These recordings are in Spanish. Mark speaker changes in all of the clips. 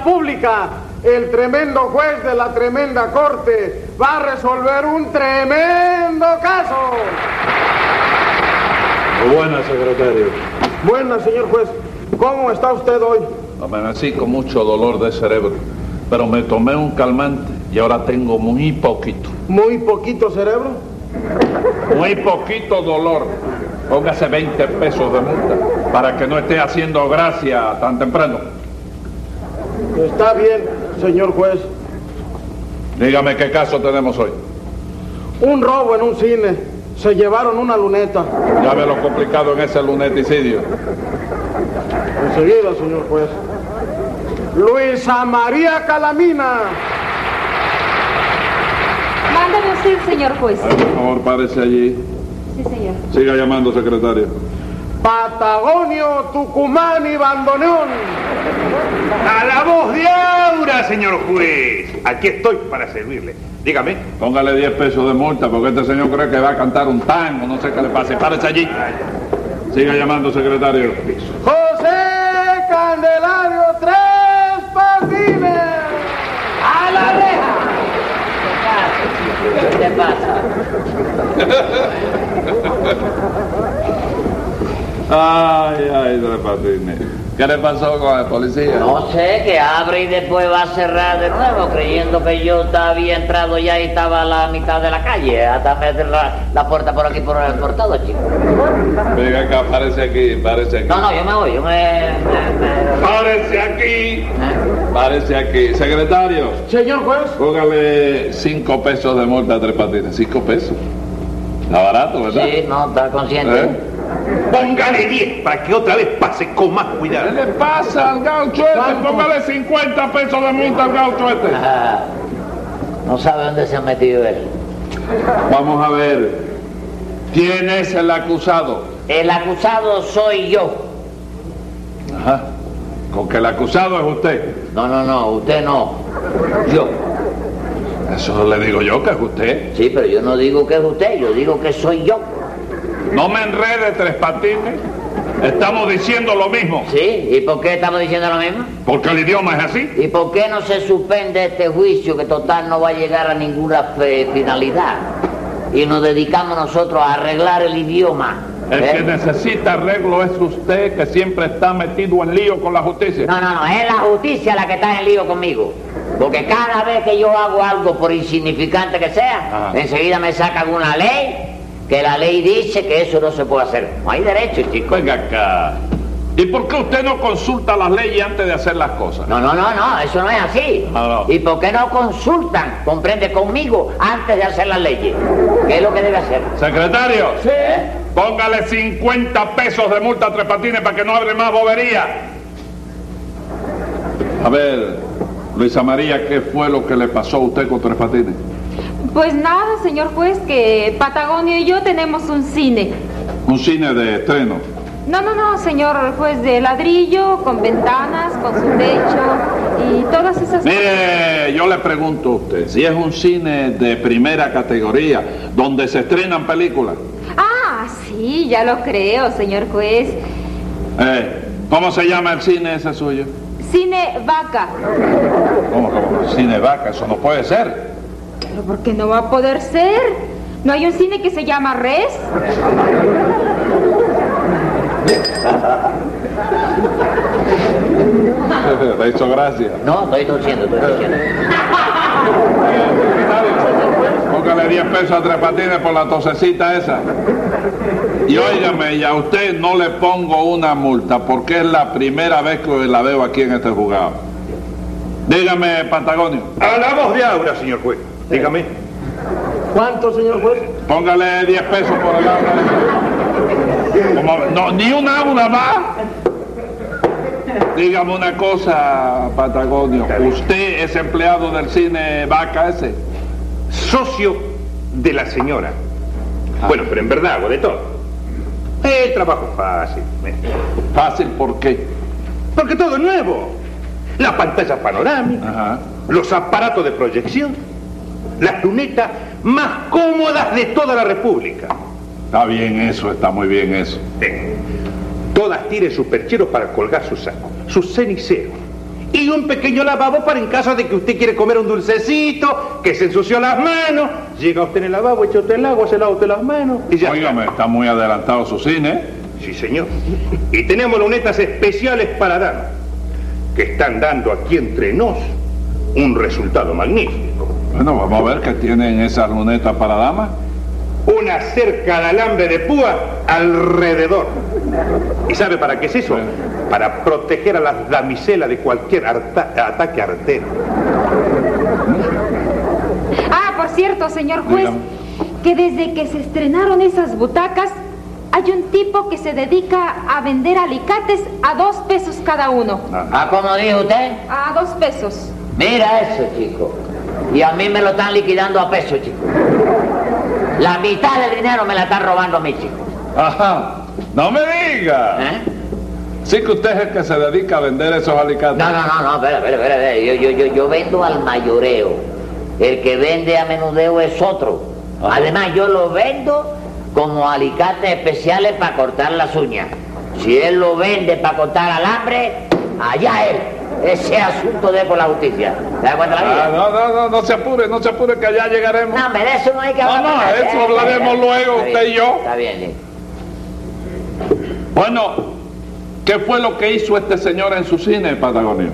Speaker 1: tremenda, el tremendo juez de la tremenda corte va a resolver un tremendo caso.
Speaker 2: Buenas, secretario.
Speaker 1: Buenas, señor juez. ¿Cómo está usted hoy?
Speaker 2: Amanecí con mucho dolor de cerebro, pero me tomé un calmante y ahora tengo muy poquito.
Speaker 1: Muy poquito cerebro.
Speaker 2: Muy poquito dolor. Póngase 20 pesos de multa para que no esté haciendo gracia tan temprano.
Speaker 1: Está bien, señor juez.
Speaker 2: Dígame qué caso tenemos hoy.
Speaker 1: Un robo en un cine. Se llevaron una luneta.
Speaker 2: Ya ve lo complicado en ese luneticidio.
Speaker 1: Enseguida, señor juez. Luisa María Calamina.
Speaker 3: Mándame usted, señor juez.
Speaker 2: A ver, por favor, párese allí.
Speaker 3: Sí, señor.
Speaker 2: Siga llamando, secretario.
Speaker 1: Patagonio, Tucumán y Bandoneón.
Speaker 4: A la voz de Aura, señor juez. Aquí estoy para servirle. Dígame.
Speaker 2: Póngale 10 pesos de multa porque este señor cree que va a cantar un tango. No sé qué le pase. Párese allí. Siga llamando, secretario.
Speaker 1: José Candelario Tres Patines.
Speaker 5: ¡A la reja! ¿Qué te pasa?
Speaker 2: Ay, ay, tres patines. ¿Qué le pasó con el policía?
Speaker 5: No sé, que abre y después va a cerrar de nuevo, creyendo que yo ta- había entrado ya y estaba a la mitad de la calle, hasta meter la, la puerta por aquí por el portado, chico.
Speaker 2: Venga acá, párese aquí, párese aquí.
Speaker 5: No, no, yo me voy, yo me... me- me-
Speaker 2: Párese aquí. Párese aquí. Secretario,
Speaker 1: Señor juez,
Speaker 2: póngale 5 pesos de multa a tres patines. 5 pesos. Está barato, ¿verdad?
Speaker 5: Sí, no, está consciente.
Speaker 2: ¿Eh?
Speaker 4: Póngale 10 para que otra vez pase con más
Speaker 2: ¿Qué
Speaker 4: cuidado.
Speaker 2: le pasa al gaucho este?
Speaker 1: ¿Cuánto?
Speaker 2: Póngale 50 pesos de multa al gaucho este.
Speaker 5: Ah, no sabe dónde se ha metido él.
Speaker 2: Vamos a ver. ¿Quién es el acusado?
Speaker 5: El acusado soy yo.
Speaker 2: Ajá. Con que el acusado es usted.
Speaker 5: No, no, no, usted no. Yo.
Speaker 2: Eso le digo yo que es usted.
Speaker 5: Sí, pero yo no digo que es usted, yo digo que soy yo.
Speaker 2: No me enrede, tres patines. Estamos diciendo lo mismo.
Speaker 5: ¿Sí? ¿Y por qué estamos diciendo lo mismo?
Speaker 2: Porque el idioma es así.
Speaker 5: ¿Y por qué no se suspende este juicio que total no va a llegar a ninguna fe- finalidad? Y nos dedicamos nosotros a arreglar el idioma.
Speaker 2: El
Speaker 5: ¿eh?
Speaker 2: que necesita arreglo es usted, que siempre está metido en lío con la justicia.
Speaker 5: No, no, no, es la justicia la que está en lío conmigo. Porque cada vez que yo hago algo, por insignificante que sea,
Speaker 2: Ajá.
Speaker 5: enseguida me sacan una ley que la ley dice que eso no se puede hacer. No hay derecho, chicos.
Speaker 2: Venga acá. ¿Y por qué usted no consulta las leyes antes de hacer las cosas?
Speaker 5: No, no, no, no, eso no es así.
Speaker 2: No, no.
Speaker 5: ¿Y por qué no consultan, comprende, conmigo antes de hacer las leyes? ¿Qué es lo que debe hacer?
Speaker 2: Secretario,
Speaker 5: ¿Eh?
Speaker 2: póngale 50 pesos de multa a Tres Patines para que no abre más bobería. A ver, Luisa María, ¿qué fue lo que le pasó a usted con Tres Patines?
Speaker 3: Pues nada, señor juez, que Patagonio y yo tenemos un cine.
Speaker 2: Un cine de estreno.
Speaker 3: No, no, no, señor juez, de ladrillo, con ventanas, con su techo y todas esas
Speaker 2: Mire, yo le pregunto a usted, si es un cine de primera categoría, donde se estrenan películas,
Speaker 3: cosas. Ah, sí, ya lo creo, señor juez.
Speaker 2: eh, ¿cómo se llama el cine ese suyo?
Speaker 3: Cine vaca.
Speaker 2: ¿Cómo, cómo? Cine vaca, eso no puede ser.
Speaker 3: Pero ¿por qué no va a poder ser? ¿No hay un cine que se llama Res?
Speaker 2: Le hizo gracia.
Speaker 5: No, estoy tosiendo, estoy tosiendo.
Speaker 2: Póngale 10 pesos a Tres Patines por la tosecita esa. Y óigame, y a usted no le pongo una multa, porque es la primera vez que la veo aquí en este juzgado. Dígame, Patagonio,
Speaker 4: A la voz de Aura, señor juez. Dígame.
Speaker 1: ¿cuánto, señor juez?
Speaker 2: póngale 10 pesos por el aula. Como- no, ni una aula más. Dígame una cosa, Patagonio. ¿Usted es empleado del cine Vaca ese?
Speaker 4: Socio de la señora.
Speaker 2: Ah.
Speaker 4: Bueno, pero en verdad hago de todo. El trabajo es fácil. eh.
Speaker 2: Fácil, ¿por qué?
Speaker 4: Porque todo es nuevo. La pantalla panorámica.
Speaker 2: Ajá.
Speaker 4: los aparatos de proyección, las lunetas más cómodas de toda la República.
Speaker 2: Está bien eso, está muy bien eso.
Speaker 4: Eh, Todas tienen sus percheros para colgar sus sacos, sus ceniceros y un pequeño lavabo para en caso de que usted quiere comer un dulcecito, que se ensució las manos. Llega usted en el lavabo, echa usted el agua, se lava usted las manos y ya.
Speaker 2: Óigame, está muy adelantado su cine.
Speaker 4: Sí, señor. Y tenemos lunetas especiales para damas, que están dando aquí entre nos un resultado magnífico.
Speaker 2: Bueno, vamos a ver qué tienen esas lunetas para damas.
Speaker 4: Una cerca de alambre de púa alrededor. ¿Y sabe para qué es eso?
Speaker 2: Sí.
Speaker 4: Para proteger a las damiselas de cualquier arta- ataque artero.
Speaker 3: Ah, por cierto, señor juez,
Speaker 2: Dígame.
Speaker 3: que desde que se estrenaron esas butacas, hay un tipo que se dedica a vender alicates a dos pesos cada uno.
Speaker 5: Ah, como dijo usted,
Speaker 3: A dos pesos.
Speaker 5: mira eso, chico. Y a mí me lo están liquidando a peso, chico. La mitad del dinero me la están robando a mí, chico.
Speaker 2: Ajá. No me diga.
Speaker 5: ¿Eh?
Speaker 2: Sí que usted es el que se dedica a vender esos alicates.
Speaker 5: No, no, no, no, espera, espera, espera, espera. Yo, yo, yo, yo vendo al mayoreo. El que vende a menudeo es otro.
Speaker 2: Ah.
Speaker 5: Además, yo lo vendo como alicates especiales para cortar las uñas. Si él lo vende para cortar alambre, allá él. Ese asunto de por la justicia. ¿Te das cuenta la
Speaker 2: Ah,
Speaker 5: vida?
Speaker 2: no, no, no, no se apure, no se apure que allá llegaremos.
Speaker 5: No, pero de eso no hay que
Speaker 2: No,
Speaker 5: hablar.
Speaker 2: no,
Speaker 5: nada.
Speaker 2: eso
Speaker 5: Está
Speaker 2: hablaremos
Speaker 5: bien,
Speaker 2: luego,
Speaker 5: está bien,
Speaker 2: usted y yo.
Speaker 5: Está bien, sí.
Speaker 2: Bueno, ¿qué fue lo que hizo este señor en su cine, Patagonio?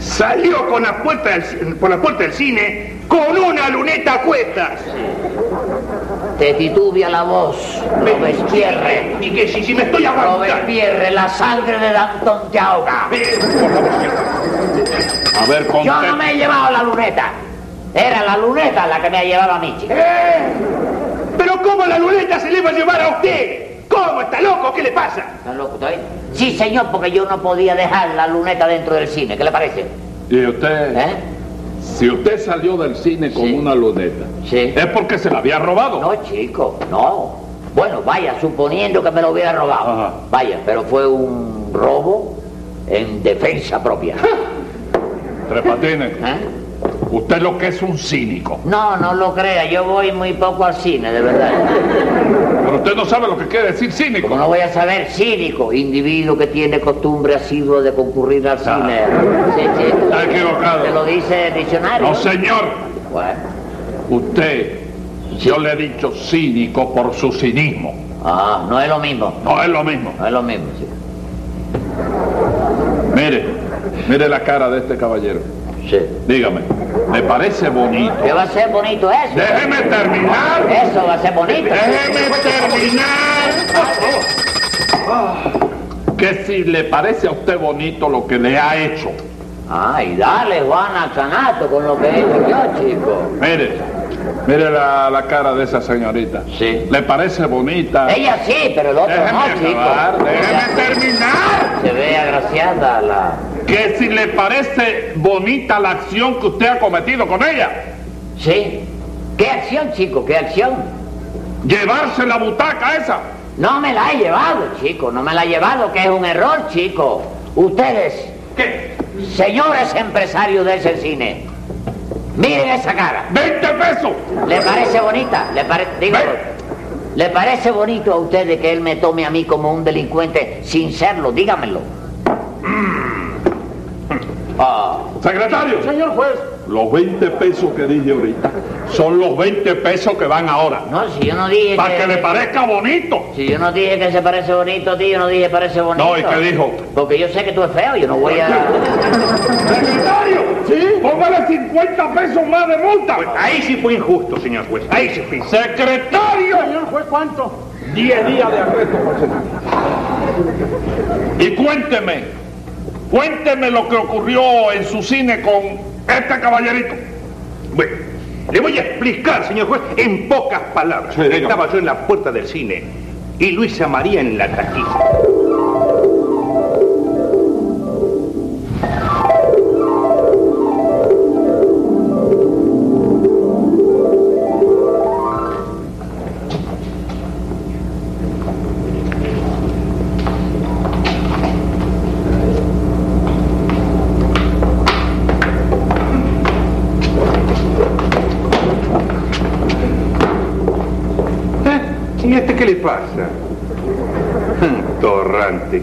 Speaker 4: Salió con la puerta del ci- por la puerta del cine con una luneta a cuestas.
Speaker 5: Te titubia la voz, Robespierre.
Speaker 4: Y que si, si me estoy aguantando.
Speaker 5: Robespierre, la sangre de Danton te ahoga.
Speaker 4: Eh, por favor, señor.
Speaker 2: A ver, conté.
Speaker 5: Yo no me he llevado la luneta. Era la luneta la que me ha llevado a mí, chico.
Speaker 4: ¿Eh? ¿Pero cómo la luneta se le va a llevar a usted? ¿Cómo? ¿Está loco? ¿Qué le pasa?
Speaker 5: ¿Estás loco todavía? Sí, señor, porque yo no podía dejar la luneta dentro del cine. ¿Qué le parece?
Speaker 2: Y usted,
Speaker 5: ¿Eh?
Speaker 2: si usted salió del cine con
Speaker 5: Sí.
Speaker 2: una luneta,
Speaker 5: Sí.
Speaker 2: es porque se la había robado.
Speaker 5: No, chico, no. Bueno, vaya, suponiendo que me lo hubiera robado.
Speaker 2: Ajá.
Speaker 5: Vaya, pero fue un robo en defensa propia.
Speaker 2: Tres patines.
Speaker 5: ¿Eh?
Speaker 2: Usted lo que es un cínico.
Speaker 5: No, no lo crea, yo voy muy poco al cine, de verdad.
Speaker 2: Pero usted no sabe lo que quiere decir cínico.
Speaker 5: Como no voy a saber, cínico, individuo que tiene costumbre asidua de concurrir al cine. Sí, sí.
Speaker 2: Está equivocado.
Speaker 5: Te lo dice el diccionario.
Speaker 2: No, señor.
Speaker 5: Bueno.
Speaker 2: Usted, yo le he dicho cínico por su cinismo.
Speaker 5: Ah, no es lo mismo.
Speaker 2: No es lo mismo.
Speaker 5: No es lo mismo, sí.
Speaker 2: Mire, mire la cara de este caballero.
Speaker 5: Sí.
Speaker 2: Dígame, ¿le parece bonito?
Speaker 5: ¿Qué va a ser bonito eso?
Speaker 2: Déjeme terminar.
Speaker 5: Eso va a ser bonito.
Speaker 2: Eh, Déjeme terminar. Que si le parece a usted bonito lo que le ha hecho.
Speaker 5: Ay, dale, Juana Canato, con lo que he hecho yo, chico.
Speaker 2: Mire, mire la, la cara de esa señorita.
Speaker 5: Sí.
Speaker 2: ¿Le parece bonita?
Speaker 5: Ella sí, pero el otro
Speaker 2: Déjeme
Speaker 5: no, chico.
Speaker 2: acabar, déjeme
Speaker 5: Ella
Speaker 2: terminar.
Speaker 5: Se ve agraciada la...
Speaker 2: Que si le parece bonita la acción que usted ha cometido con ella.
Speaker 5: Sí. ¿Qué acción, chico? ¿Qué acción?
Speaker 2: Llevarse la butaca esa.
Speaker 5: No me la he llevado, chico, no me la he llevado, que es un error, chico. Ustedes,
Speaker 2: ¿Qué?
Speaker 5: señores empresarios de ese cine, miren esa cara.
Speaker 2: ¡20 pesos!
Speaker 5: ¿Le parece bonita? ¿Le, pare- digo, ¿Le parece bonito a ustedes que él me tome a mí como un delincuente sin serlo? Dígamelo.
Speaker 2: Mm.
Speaker 5: Ah,
Speaker 2: Secretario.
Speaker 1: Señor juez,
Speaker 2: Los 20 pesos que dije ahorita son los 20 pesos que van ahora.
Speaker 5: no, si yo no dije
Speaker 2: Para que
Speaker 5: que...
Speaker 2: le parezca bonito.
Speaker 5: Si yo no dije que se parece bonito, tío, yo no dije parece bonito.
Speaker 2: No, ¿y qué dijo?
Speaker 5: Porque yo sé que tú eres feo, yo no voy a...
Speaker 2: Secretario,
Speaker 1: Sí.
Speaker 2: póngale 50 pesos más de multa.
Speaker 4: Pues Ahí sí fue injusto, señor juez. Ahí sí fue injusto.
Speaker 2: Secretario,
Speaker 1: señor juez, ¿cuánto?
Speaker 2: 10 días de arresto. Y cuénteme, cuénteme lo que ocurrió en su cine con este caballerito.
Speaker 4: Bueno, le voy a explicar, señor juez, en pocas palabras.
Speaker 2: Sí, dígame.
Speaker 4: Estaba yo en la puerta del cine y Luisa María en la taquilla. ¿Eh? ¿Y a este qué le pasa? Torrante.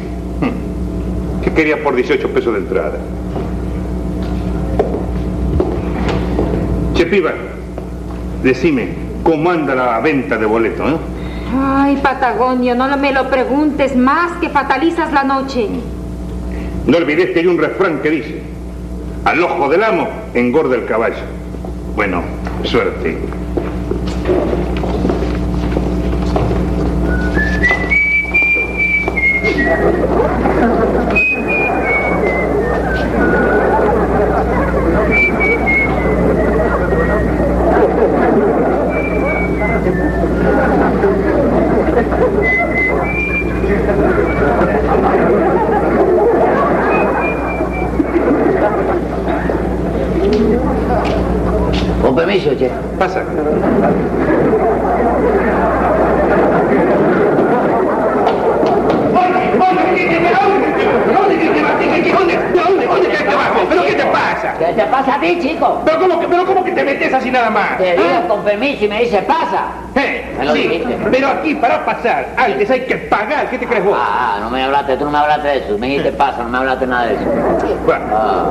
Speaker 4: ¿Qué que quería por 18 pesos de entrada. Che, piba, decime, ¿cómo anda la venta de boletos, eh?
Speaker 3: Ay, Patagonio, no me lo preguntes más que fatalizas la noche.
Speaker 4: No olvides que hay un refrán que dice, al ojo del amo engorda el caballo. Bueno, suerte.
Speaker 5: Con permiso, che.
Speaker 4: Pasa. ¿Pero qué te pasa?
Speaker 5: ¿Qué te pasa a ti, chico?
Speaker 4: ¿Pero cómo, que- pero cómo que te metes así nada más?
Speaker 5: Te digo
Speaker 4: ¿Ah?
Speaker 5: con permiso y me dice, pasa.
Speaker 4: Eh,
Speaker 5: Me lo
Speaker 4: sí,
Speaker 5: dijiste.
Speaker 4: pero aquí para pasar antes hay que pagar. ¿Qué te crees vos?
Speaker 5: Ah, no me hablaste, tú no me hablaste de eso. Me dijiste, pasa, no me hablaste nada de eso.
Speaker 4: Bueno,
Speaker 5: Ah.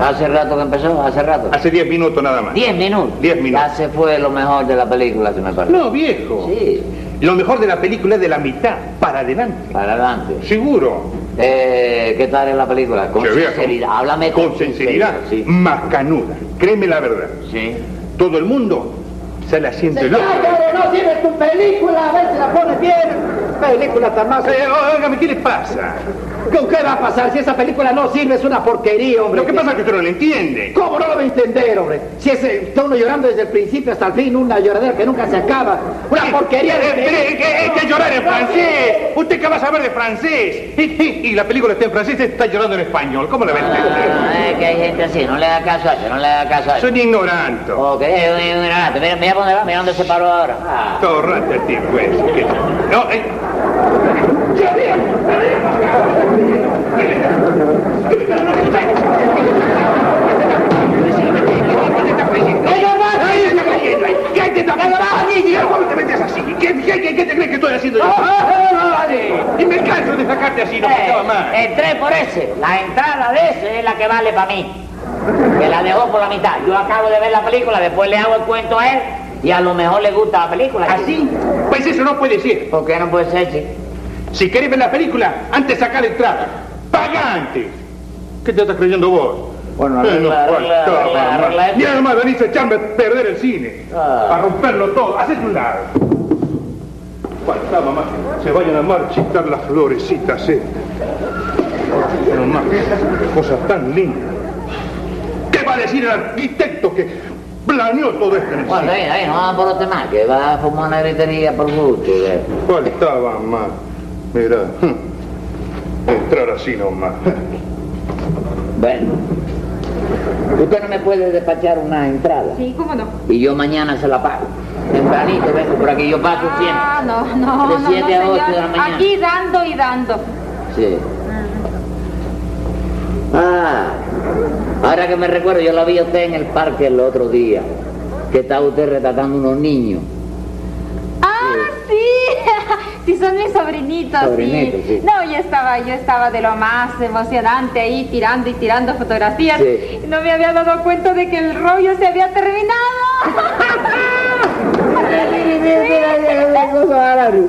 Speaker 5: Hace rato que empezó, hace rato.
Speaker 4: hace 10 minutos nada más.
Speaker 5: Diez minutos.
Speaker 4: Diez minutos.
Speaker 5: Ya se fue lo mejor de la película, se me parece.
Speaker 4: No, viejo.
Speaker 5: Sí,
Speaker 4: Lo mejor de la película es de la mitad para adelante.
Speaker 5: para adelante.
Speaker 4: Seguro.
Speaker 5: Eh, ¿Qué tal es la película? Con
Speaker 4: Che, viejo.
Speaker 5: sinceridad, háblame con,
Speaker 4: Con sinceridad,
Speaker 5: Eh, Sí.
Speaker 4: más canuda. Créeme la verdad.
Speaker 5: Sí.
Speaker 4: Todo el mundo sale haciendo el
Speaker 6: Señores, no tiene tu película, a ver si la pones bien. Película tan más.
Speaker 4: Eh, óigame, ¿qué le pasa?
Speaker 6: ¿Con qué va a pasar si esa película no sirve? Es una porquería, hombre.
Speaker 4: Lo que pasa es que usted no lo entiende.
Speaker 6: ¿Cómo no lo va a entender, hombre? Si es eh, está uno llorando desde el principio hasta el fin, una lloradera que nunca se acaba. Una porquería de...
Speaker 4: Eh, eh, que, eh, que llorar en francés. ¿Usted qué va a saber de francés? Y, y- y la película está en francés y está llorando en español. ¿Cómo la va a
Speaker 5: Ah,
Speaker 4: entender?
Speaker 5: es que hay gente así, no le haga caso a eso, no le haga caso a eso.
Speaker 4: Soy un ignorante.
Speaker 5: Ok, eh, mira, mira, mira dónde va, mira dónde se paró ahora. Ah.
Speaker 4: Está ahorrante el tipo ese, que- No, eh, ¡Ay, está cayendo ahí! ¿Qué te está pasando? ¿Cómo te metes así? ¿Qué, qué, qué, qué te crees que estoy haciendo yo? Y me canso de sacarte así, no me
Speaker 5: Eh,
Speaker 4: estaba más.
Speaker 5: entré por ese. La entrada de ese es la que vale para mí. Que la dejó por la mitad. Yo acabo de ver la película, después le hago el cuento a él y a lo mejor le gusta la película.
Speaker 4: ¿Así? Pues eso no puede ser.
Speaker 5: ¿Por qué no puede ser, chico?
Speaker 4: Si querés ver la película, antes sacar entrada. ¡Paga antes! ¿Qué te estás creyendo vos?
Speaker 5: Bueno,
Speaker 4: Eh, no
Speaker 5: arregla, arregla,
Speaker 4: faltaba
Speaker 5: arregla,
Speaker 4: más.
Speaker 5: arregla esto.
Speaker 4: Ni además venís a echarme a perder el cine.
Speaker 5: Ah.
Speaker 4: A romperlo todo. Hacés un lado. Faltaba más que se vayan a marchitar las florecitas estas. Pero más, cosa tan linda. ¿Qué va a decir el arquitecto que planeó todo esto en el
Speaker 5: Bueno, eh.
Speaker 4: cine?
Speaker 5: ahí, ahí, no va por otro más, que va a fumar una gritería por gusto. que-
Speaker 4: Faltaba más. Mirá. Entrar así nomás.
Speaker 5: Bueno. Usted no me puede despachar una entrada.
Speaker 3: Sí, cómo no.
Speaker 5: Y yo mañana se la pago. Tempranito vengo por aquí, yo paso
Speaker 3: Ah, no, no,
Speaker 5: De
Speaker 3: no, no,
Speaker 5: siete a ocho de la
Speaker 3: señor.
Speaker 5: mañana.
Speaker 3: Aquí dando y dando.
Speaker 5: siempre. Sí. Ah, ahora que me recuerdo, yo la vi a usted en el parque el otro día. Que estaba usted retratando unos niños.
Speaker 3: Ah, sí. Sí, son mis sobrinitos,
Speaker 5: Sobrinitos, sí.
Speaker 3: No, yo estaba, yo estaba de lo más emocionante ahí tirando y tirando fotografías.
Speaker 5: Sí.
Speaker 3: Y No me había dado cuenta de que el rollo se había terminado.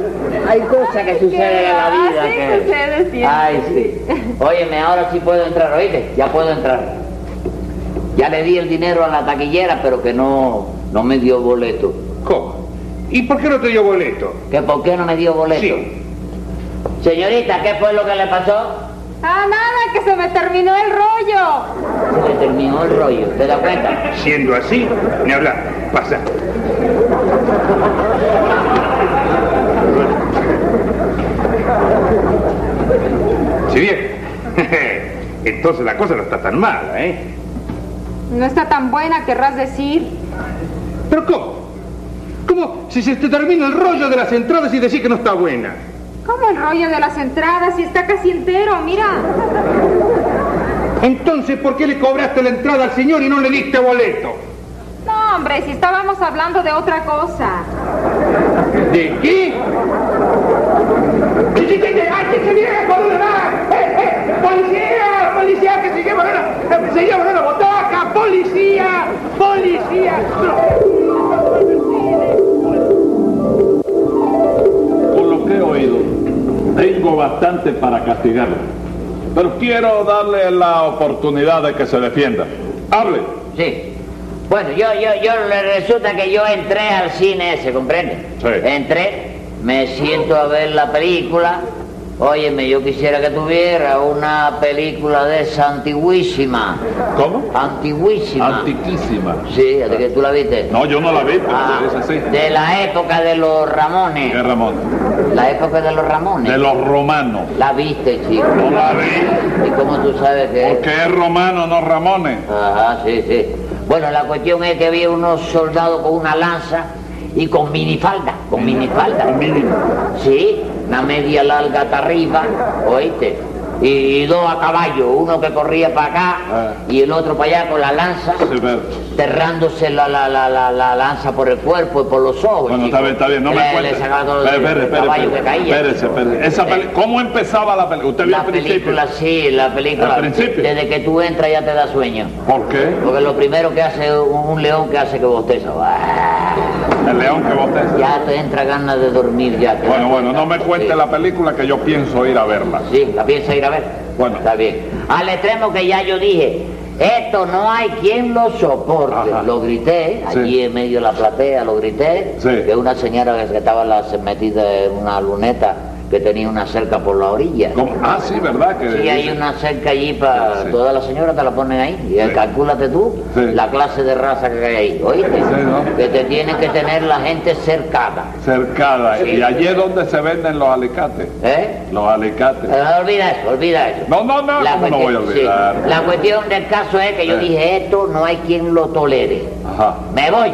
Speaker 5: Hay cosas que suceden en la vida.
Speaker 3: Así
Speaker 5: que-
Speaker 3: sucede siempre.
Speaker 5: Ay, sí. Óyeme, ahora sí puedo entrar, oíste, ya puedo entrar. Ya le di el dinero a la taquillera, pero que no, no me dio boleto.
Speaker 4: ¿Cómo? ¿Y por qué no te dio boleto?
Speaker 5: ¿Que por qué no me dio boleto?
Speaker 4: Sí.
Speaker 5: Señorita, ¿qué fue lo que le pasó?
Speaker 3: Ah, nada, que se me terminó el rollo.
Speaker 5: Se le terminó el rollo, ¿te das cuenta?
Speaker 4: Siendo así, ni hablar. Pasa. Si bien, entonces la cosa no está tan mala, ¿eh?
Speaker 3: No está tan buena, querrás decir.
Speaker 4: ¿Pero cómo? ¿Cómo si se te termina el rollo de las entradas y decís que no está buena?
Speaker 3: ¿Cómo el rollo de las entradas? Si está casi entero, mira.
Speaker 4: Entonces, ¿por qué le cobraste la entrada al señor y no le diste boleto?
Speaker 3: No, hombre, si estábamos hablando de otra cosa.
Speaker 4: ¿De qué? ¡Qué viejo! ¿Dónde va? ¡Eh, eh! ¡Policía! ¡Policía! ¡Que se llevan una, se llevan una botaca! ¡Policía! ¡Policía!
Speaker 2: Por lo que he oído, tengo bastante para castigarlo. Pero quiero darle la oportunidad de que se defienda. Hable.
Speaker 5: Sí. Bueno, yo, yo, yo, le- resulta que yo entré al cine ese, ¿comprende?
Speaker 2: Sí.
Speaker 5: Entré, me siento a ver la película. Óyeme, yo quisiera que tuviera una película de esa antiguísima.
Speaker 2: ¿Cómo?
Speaker 5: Antiguísima.
Speaker 2: Antiquísima.
Speaker 5: sí, de que tú la viste.
Speaker 2: No, yo no la vi, pero
Speaker 5: Ah,
Speaker 2: se dice así.
Speaker 5: de la época de los Ramones.
Speaker 2: ¿Qué, Ramón?
Speaker 5: La época de los Ramones.
Speaker 2: De los romanos.
Speaker 5: La viste, chico.
Speaker 2: No la vi,
Speaker 5: ¿Y cómo tú sabes que es?
Speaker 2: porque es romano, no Ramones.
Speaker 5: Ajá, sí, sí. Bueno, la cuestión es que vi unos soldados con una lanza y con minifalda, con minifalda. Sí, una media larga hasta arriba, oíste. Y, y dos a caballo, uno que corría para acá
Speaker 2: Ah.
Speaker 5: y el otro para allá con la lanza,
Speaker 2: Sí, pero-
Speaker 5: cerrándose la, la, la, la, la lanza por el cuerpo y por los ojos.
Speaker 2: Bueno,
Speaker 5: chico.
Speaker 2: está bien, está bien, no
Speaker 5: Le-
Speaker 2: me
Speaker 5: le
Speaker 2: cuentes.
Speaker 5: sacaba todos los-
Speaker 2: Espere, espere,
Speaker 5: los caballos que
Speaker 2: espere,
Speaker 5: caían.
Speaker 2: espérese, espérese. Esa peli- ¿Cómo empezaba la película? ¿Usted vio
Speaker 5: La
Speaker 2: el principio?
Speaker 5: película, sí, la película.
Speaker 2: ¿Al principio?
Speaker 5: Desde que tú entras ya te da sueño.
Speaker 2: ¿Por qué?
Speaker 5: Porque lo primero que hace un, un león que hace que bosteza. ¡ah!
Speaker 2: El león que vos te-
Speaker 5: Ya te entra ganas de dormir ya. te
Speaker 2: Bueno,
Speaker 5: das
Speaker 2: bueno,
Speaker 5: cuenta.
Speaker 2: no me cuente
Speaker 5: Sí.
Speaker 2: la película que yo pienso ir a verla.
Speaker 5: Sí, la piensa ir a ver.
Speaker 2: Bueno.
Speaker 5: Está bien. Al extremo que ya yo dije, esto no hay quien lo soporte.
Speaker 2: Ajá.
Speaker 5: Lo grité,
Speaker 2: Sí.
Speaker 5: allí en medio de la platea lo grité,
Speaker 2: Sí.
Speaker 5: de una señora que estaba la- metida en una luneta que tenía una cerca por la orilla.
Speaker 2: ¿Cómo? Ah, sí, ¿verdad? Que
Speaker 5: Sí, hay una cerca allí para
Speaker 2: Sí.
Speaker 5: todas las señoras, te la ponen ahí. Y
Speaker 2: Sí.
Speaker 5: calculate tú
Speaker 2: Sí.
Speaker 5: la clase de raza que hay ahí, ¿oíste?
Speaker 2: Sí, ¿no?
Speaker 5: Que te tiene que tener la gente cercada,
Speaker 2: Cercada.
Speaker 5: Sí.
Speaker 2: ¿Y allí es donde se venden los alicates?
Speaker 5: ¿eh?
Speaker 2: Los alicates.
Speaker 5: Pero no olvida eso, olvida eso.
Speaker 2: No, no, no, ¿cómo lo voy a
Speaker 5: sí.
Speaker 2: olvidar?
Speaker 5: La cuestión del caso es que yo
Speaker 2: Eh.
Speaker 5: dije, esto no hay quien lo tolere.
Speaker 2: Ajá.
Speaker 5: Me voy,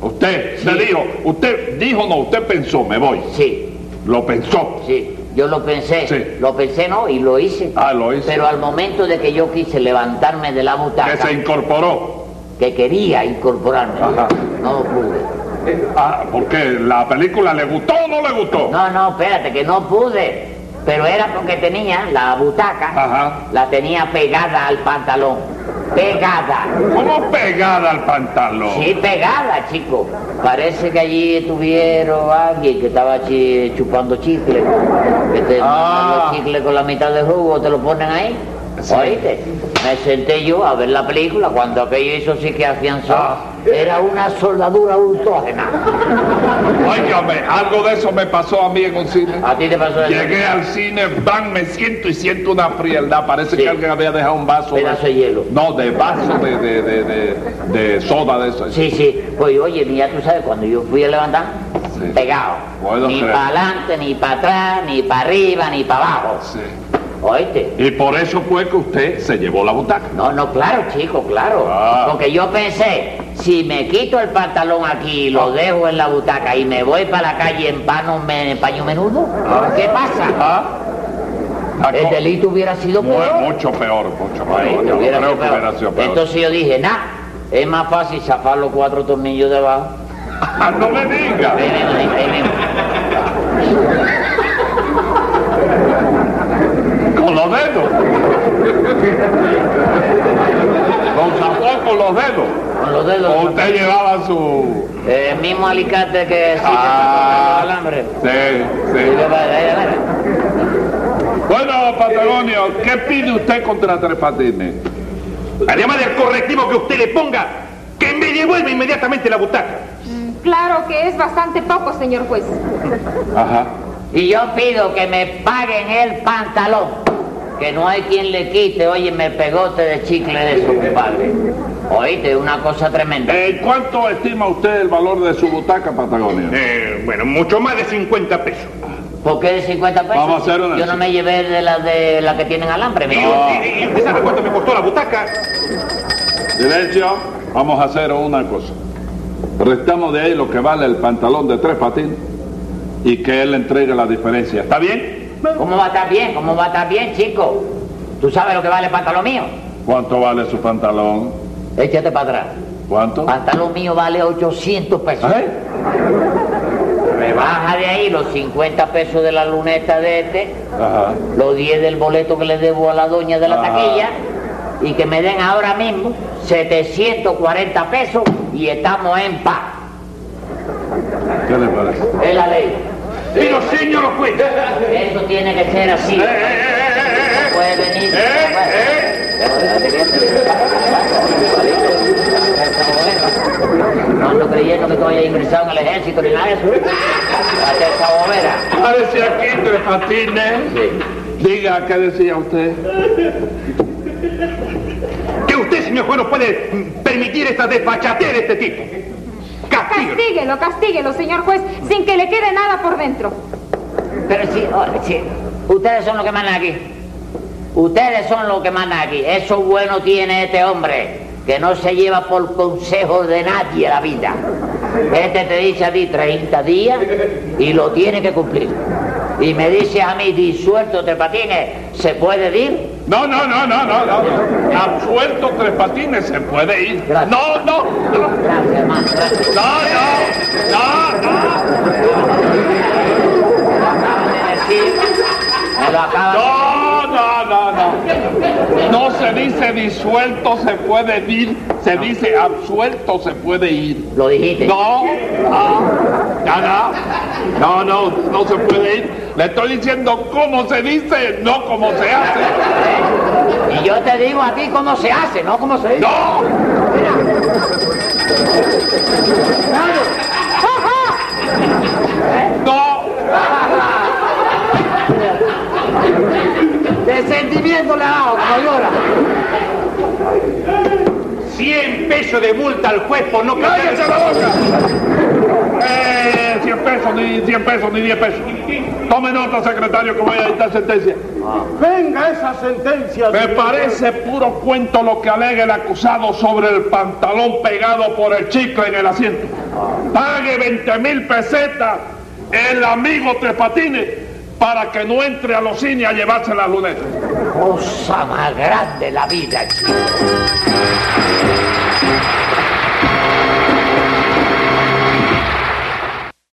Speaker 2: Usted se
Speaker 5: Sí.
Speaker 2: dijo, usted dijo no, usted pensó, me voy.
Speaker 5: sí,
Speaker 2: Lo pensó.
Speaker 5: sí. Yo lo pensé,
Speaker 2: Sí.
Speaker 5: lo pensé no, y lo hice.
Speaker 2: Ah, lo hizo.
Speaker 5: Pero al momento de que yo quise levantarme de la
Speaker 2: que
Speaker 5: butaca,
Speaker 2: se incorporó.
Speaker 5: que quería incorporarme,
Speaker 2: Ajá.
Speaker 5: no pude.
Speaker 2: Ah, porque la película le gustó o no le gustó.
Speaker 5: No, no, espérate, que no pude. Pero era porque tenía la butaca,
Speaker 2: Ajá.
Speaker 5: la tenía pegada al pantalón. Pegada.
Speaker 2: ¿Cómo pegada al pantalón?
Speaker 5: Sí, pegada, chico. Parece que allí tuvieron alguien que estaba chi- chupando chicle. Que te mandan
Speaker 2: Ah.
Speaker 5: los chicles con la mitad del jugo, te lo ponen ahí.
Speaker 2: Sí.
Speaker 5: ¿Oíste? Me senté yo a ver la película cuando aquello hizo sí que afianzó.
Speaker 2: Ah.
Speaker 5: Era una soldadura ultrógena.
Speaker 2: Óigame, algo de eso me pasó a mí en un cine.
Speaker 5: ¿A ti te pasó eso?
Speaker 2: Llegué al cine, van, me siento y siento una frialdad. Parece
Speaker 5: Sí.
Speaker 2: que alguien había dejado un vaso.
Speaker 5: Pedazo de hielo.
Speaker 2: No, de vaso de, de, de, de- de soda de eso.
Speaker 5: Sí, sí, pues oye, ya tú sabes, cuando yo fui a levantar,
Speaker 2: Sí.
Speaker 5: pegado.
Speaker 2: Puedo
Speaker 5: ni
Speaker 2: creer.
Speaker 5: para adelante, ni para atrás, ni para arriba, ni para abajo.
Speaker 2: Sí.
Speaker 5: ¿Oíste?
Speaker 2: Y por eso fue que usted se llevó la butaca.
Speaker 5: No, no, claro, chico, claro.
Speaker 2: Ah.
Speaker 5: Porque yo pensé, si me quito el pantalón aquí,
Speaker 2: Ah.
Speaker 5: lo dejo en la butaca y me voy para la calle en, pano- me- en paño menudo, ¿qué pasa?
Speaker 2: Ah, ah,
Speaker 5: El
Speaker 2: co-
Speaker 5: delito hubiera sido
Speaker 2: Mu-
Speaker 5: peor.
Speaker 2: mucho peor, mucho peor.
Speaker 5: Oíste,
Speaker 2: Yo no
Speaker 5: hubiera sido
Speaker 2: creo que
Speaker 5: peor.
Speaker 2: hubiera sido peor.
Speaker 5: Entonces yo dije, nada, es más fácil zafar los cuatro tornillos de abajo.
Speaker 2: Ah, no me diga.
Speaker 5: Ahí mismo, ahí- ahí mismo.
Speaker 2: Con los dedos. Con zafón con los dedos.
Speaker 5: Con los dedos.
Speaker 2: O usted llevaba su.
Speaker 5: El Eh, mismo alicate que sí
Speaker 2: Ah.
Speaker 5: que alambre.
Speaker 2: Sí,
Speaker 5: Sí,
Speaker 2: sí.
Speaker 5: que va- ahí, ahí.
Speaker 2: Bueno, Patagonio, ¿qué pide usted contra Tres Patines?
Speaker 4: Además del correctivo que usted le ponga, que me devuelva inmediatamente la butaca.
Speaker 3: Claro que es bastante poco, señor juez.
Speaker 2: Ajá.
Speaker 5: Y yo pido que me paguen el pantalón. Que no hay quien le quite, oye, me pegote de chicle de eso, compadre. Oíste, una cosa tremenda.
Speaker 2: Eh, ¿Cuánto estima usted el valor de su butaca, Patagonio?
Speaker 4: Eh, bueno, mucho más de 50 pesos.
Speaker 5: ¿Por qué de 50 pesos?
Speaker 2: Vamos a hacer una-
Speaker 5: Yo no me llevé de la de la que tienen alambre, mi
Speaker 2: No.
Speaker 4: ¿Y, y usted sabe cuánto me costó la butaca?
Speaker 2: Silencio, vamos a hacer una cosa. Restamos de ahí lo que vale el pantalón de tres patines y que él entregue la diferencia. ¿Está bien?
Speaker 5: ¿Cómo va a estar bien? ¿Cómo va a estar bien, chico? ¿Tú sabes lo que vale el pantalón mío?
Speaker 2: ¿Cuánto vale su pantalón?
Speaker 5: Échate para atrás.
Speaker 2: ¿Cuánto? Ah,
Speaker 5: Pantalón mío vale 800 pesos.
Speaker 2: ¿Eh?
Speaker 5: Me Baja de ahí los 50 pesos de la luneta de este,
Speaker 2: Ajá.
Speaker 5: los 10 del boleto que le debo a la doña
Speaker 4: Ah.
Speaker 5: de la
Speaker 2: Ajá.
Speaker 5: taquilla y que me den ahora mismo 740 pesos y estamos en paz.
Speaker 2: ¿Qué le parece?
Speaker 5: Es la ley.
Speaker 4: Pero señor juez.
Speaker 5: Eso tiene que ser así.
Speaker 4: Eh, eh, eh, eh, eh.
Speaker 5: No puede venir.
Speaker 4: Eh,
Speaker 5: No ando creyendo que estoy ingresado en el ejército ni nada de eso. Hasta esa bobera.
Speaker 2: Parece aquí tres patines.
Speaker 5: Sí.
Speaker 2: Diga, ¿qué decía usted?
Speaker 4: Que usted, señor juez, no puede mm, permitir esta desfachatez de este tipo. Castillo.
Speaker 3: Castíguelo, castíguelo, señor juez, sin que le quede nada por dentro.
Speaker 5: Pero sí, oh, sí, ustedes son los que mandan aquí. Ustedes son los que mandan aquí. Eso bueno tiene este hombre, que no se lleva por consejo de nadie la vida. Este te dice a ti 30 días y lo tiene que cumplir. Y me dice a mí, disuelto tres patines, ¿se puede ir?
Speaker 2: No, no, no, no, no, no. Absuelto tres patines, se puede ir.
Speaker 5: Gracias.
Speaker 2: No, no, no, no,
Speaker 5: Gracias, hermano, gracias.
Speaker 2: no, no,
Speaker 5: Sí, me lo acaba de-
Speaker 2: no, no, no, no. No se dice disuelto se puede ir, se dice absuelto se puede ir.
Speaker 5: Lo dijiste.
Speaker 2: No, no, no, no, no, no, no se puede ir. Le estoy diciendo cómo se dice, no cómo se hace.
Speaker 5: Y yo te digo a ti cómo se hace, no cómo se dice.
Speaker 2: No, no.
Speaker 6: De sentimiento le ha dado, como llora.
Speaker 4: 100 pesos de multa al juez por no pagar.
Speaker 2: ¡Cállese la boca! Eh, 100 pesos, ni 100 pesos, ni 10 pesos. Tome nota, secretario, que voy a dictar sentencia.
Speaker 1: Venga esa sentencia.
Speaker 2: Me
Speaker 1: señor
Speaker 2: parece puro cuento lo que alega el acusado sobre el pantalón pegado por el chicle en el asiento. Pague 20 mil pesetas el amigo Tres Patines para que no entre a los cines a llevarse las lunetas.
Speaker 5: Cosa más grande la vida, chico.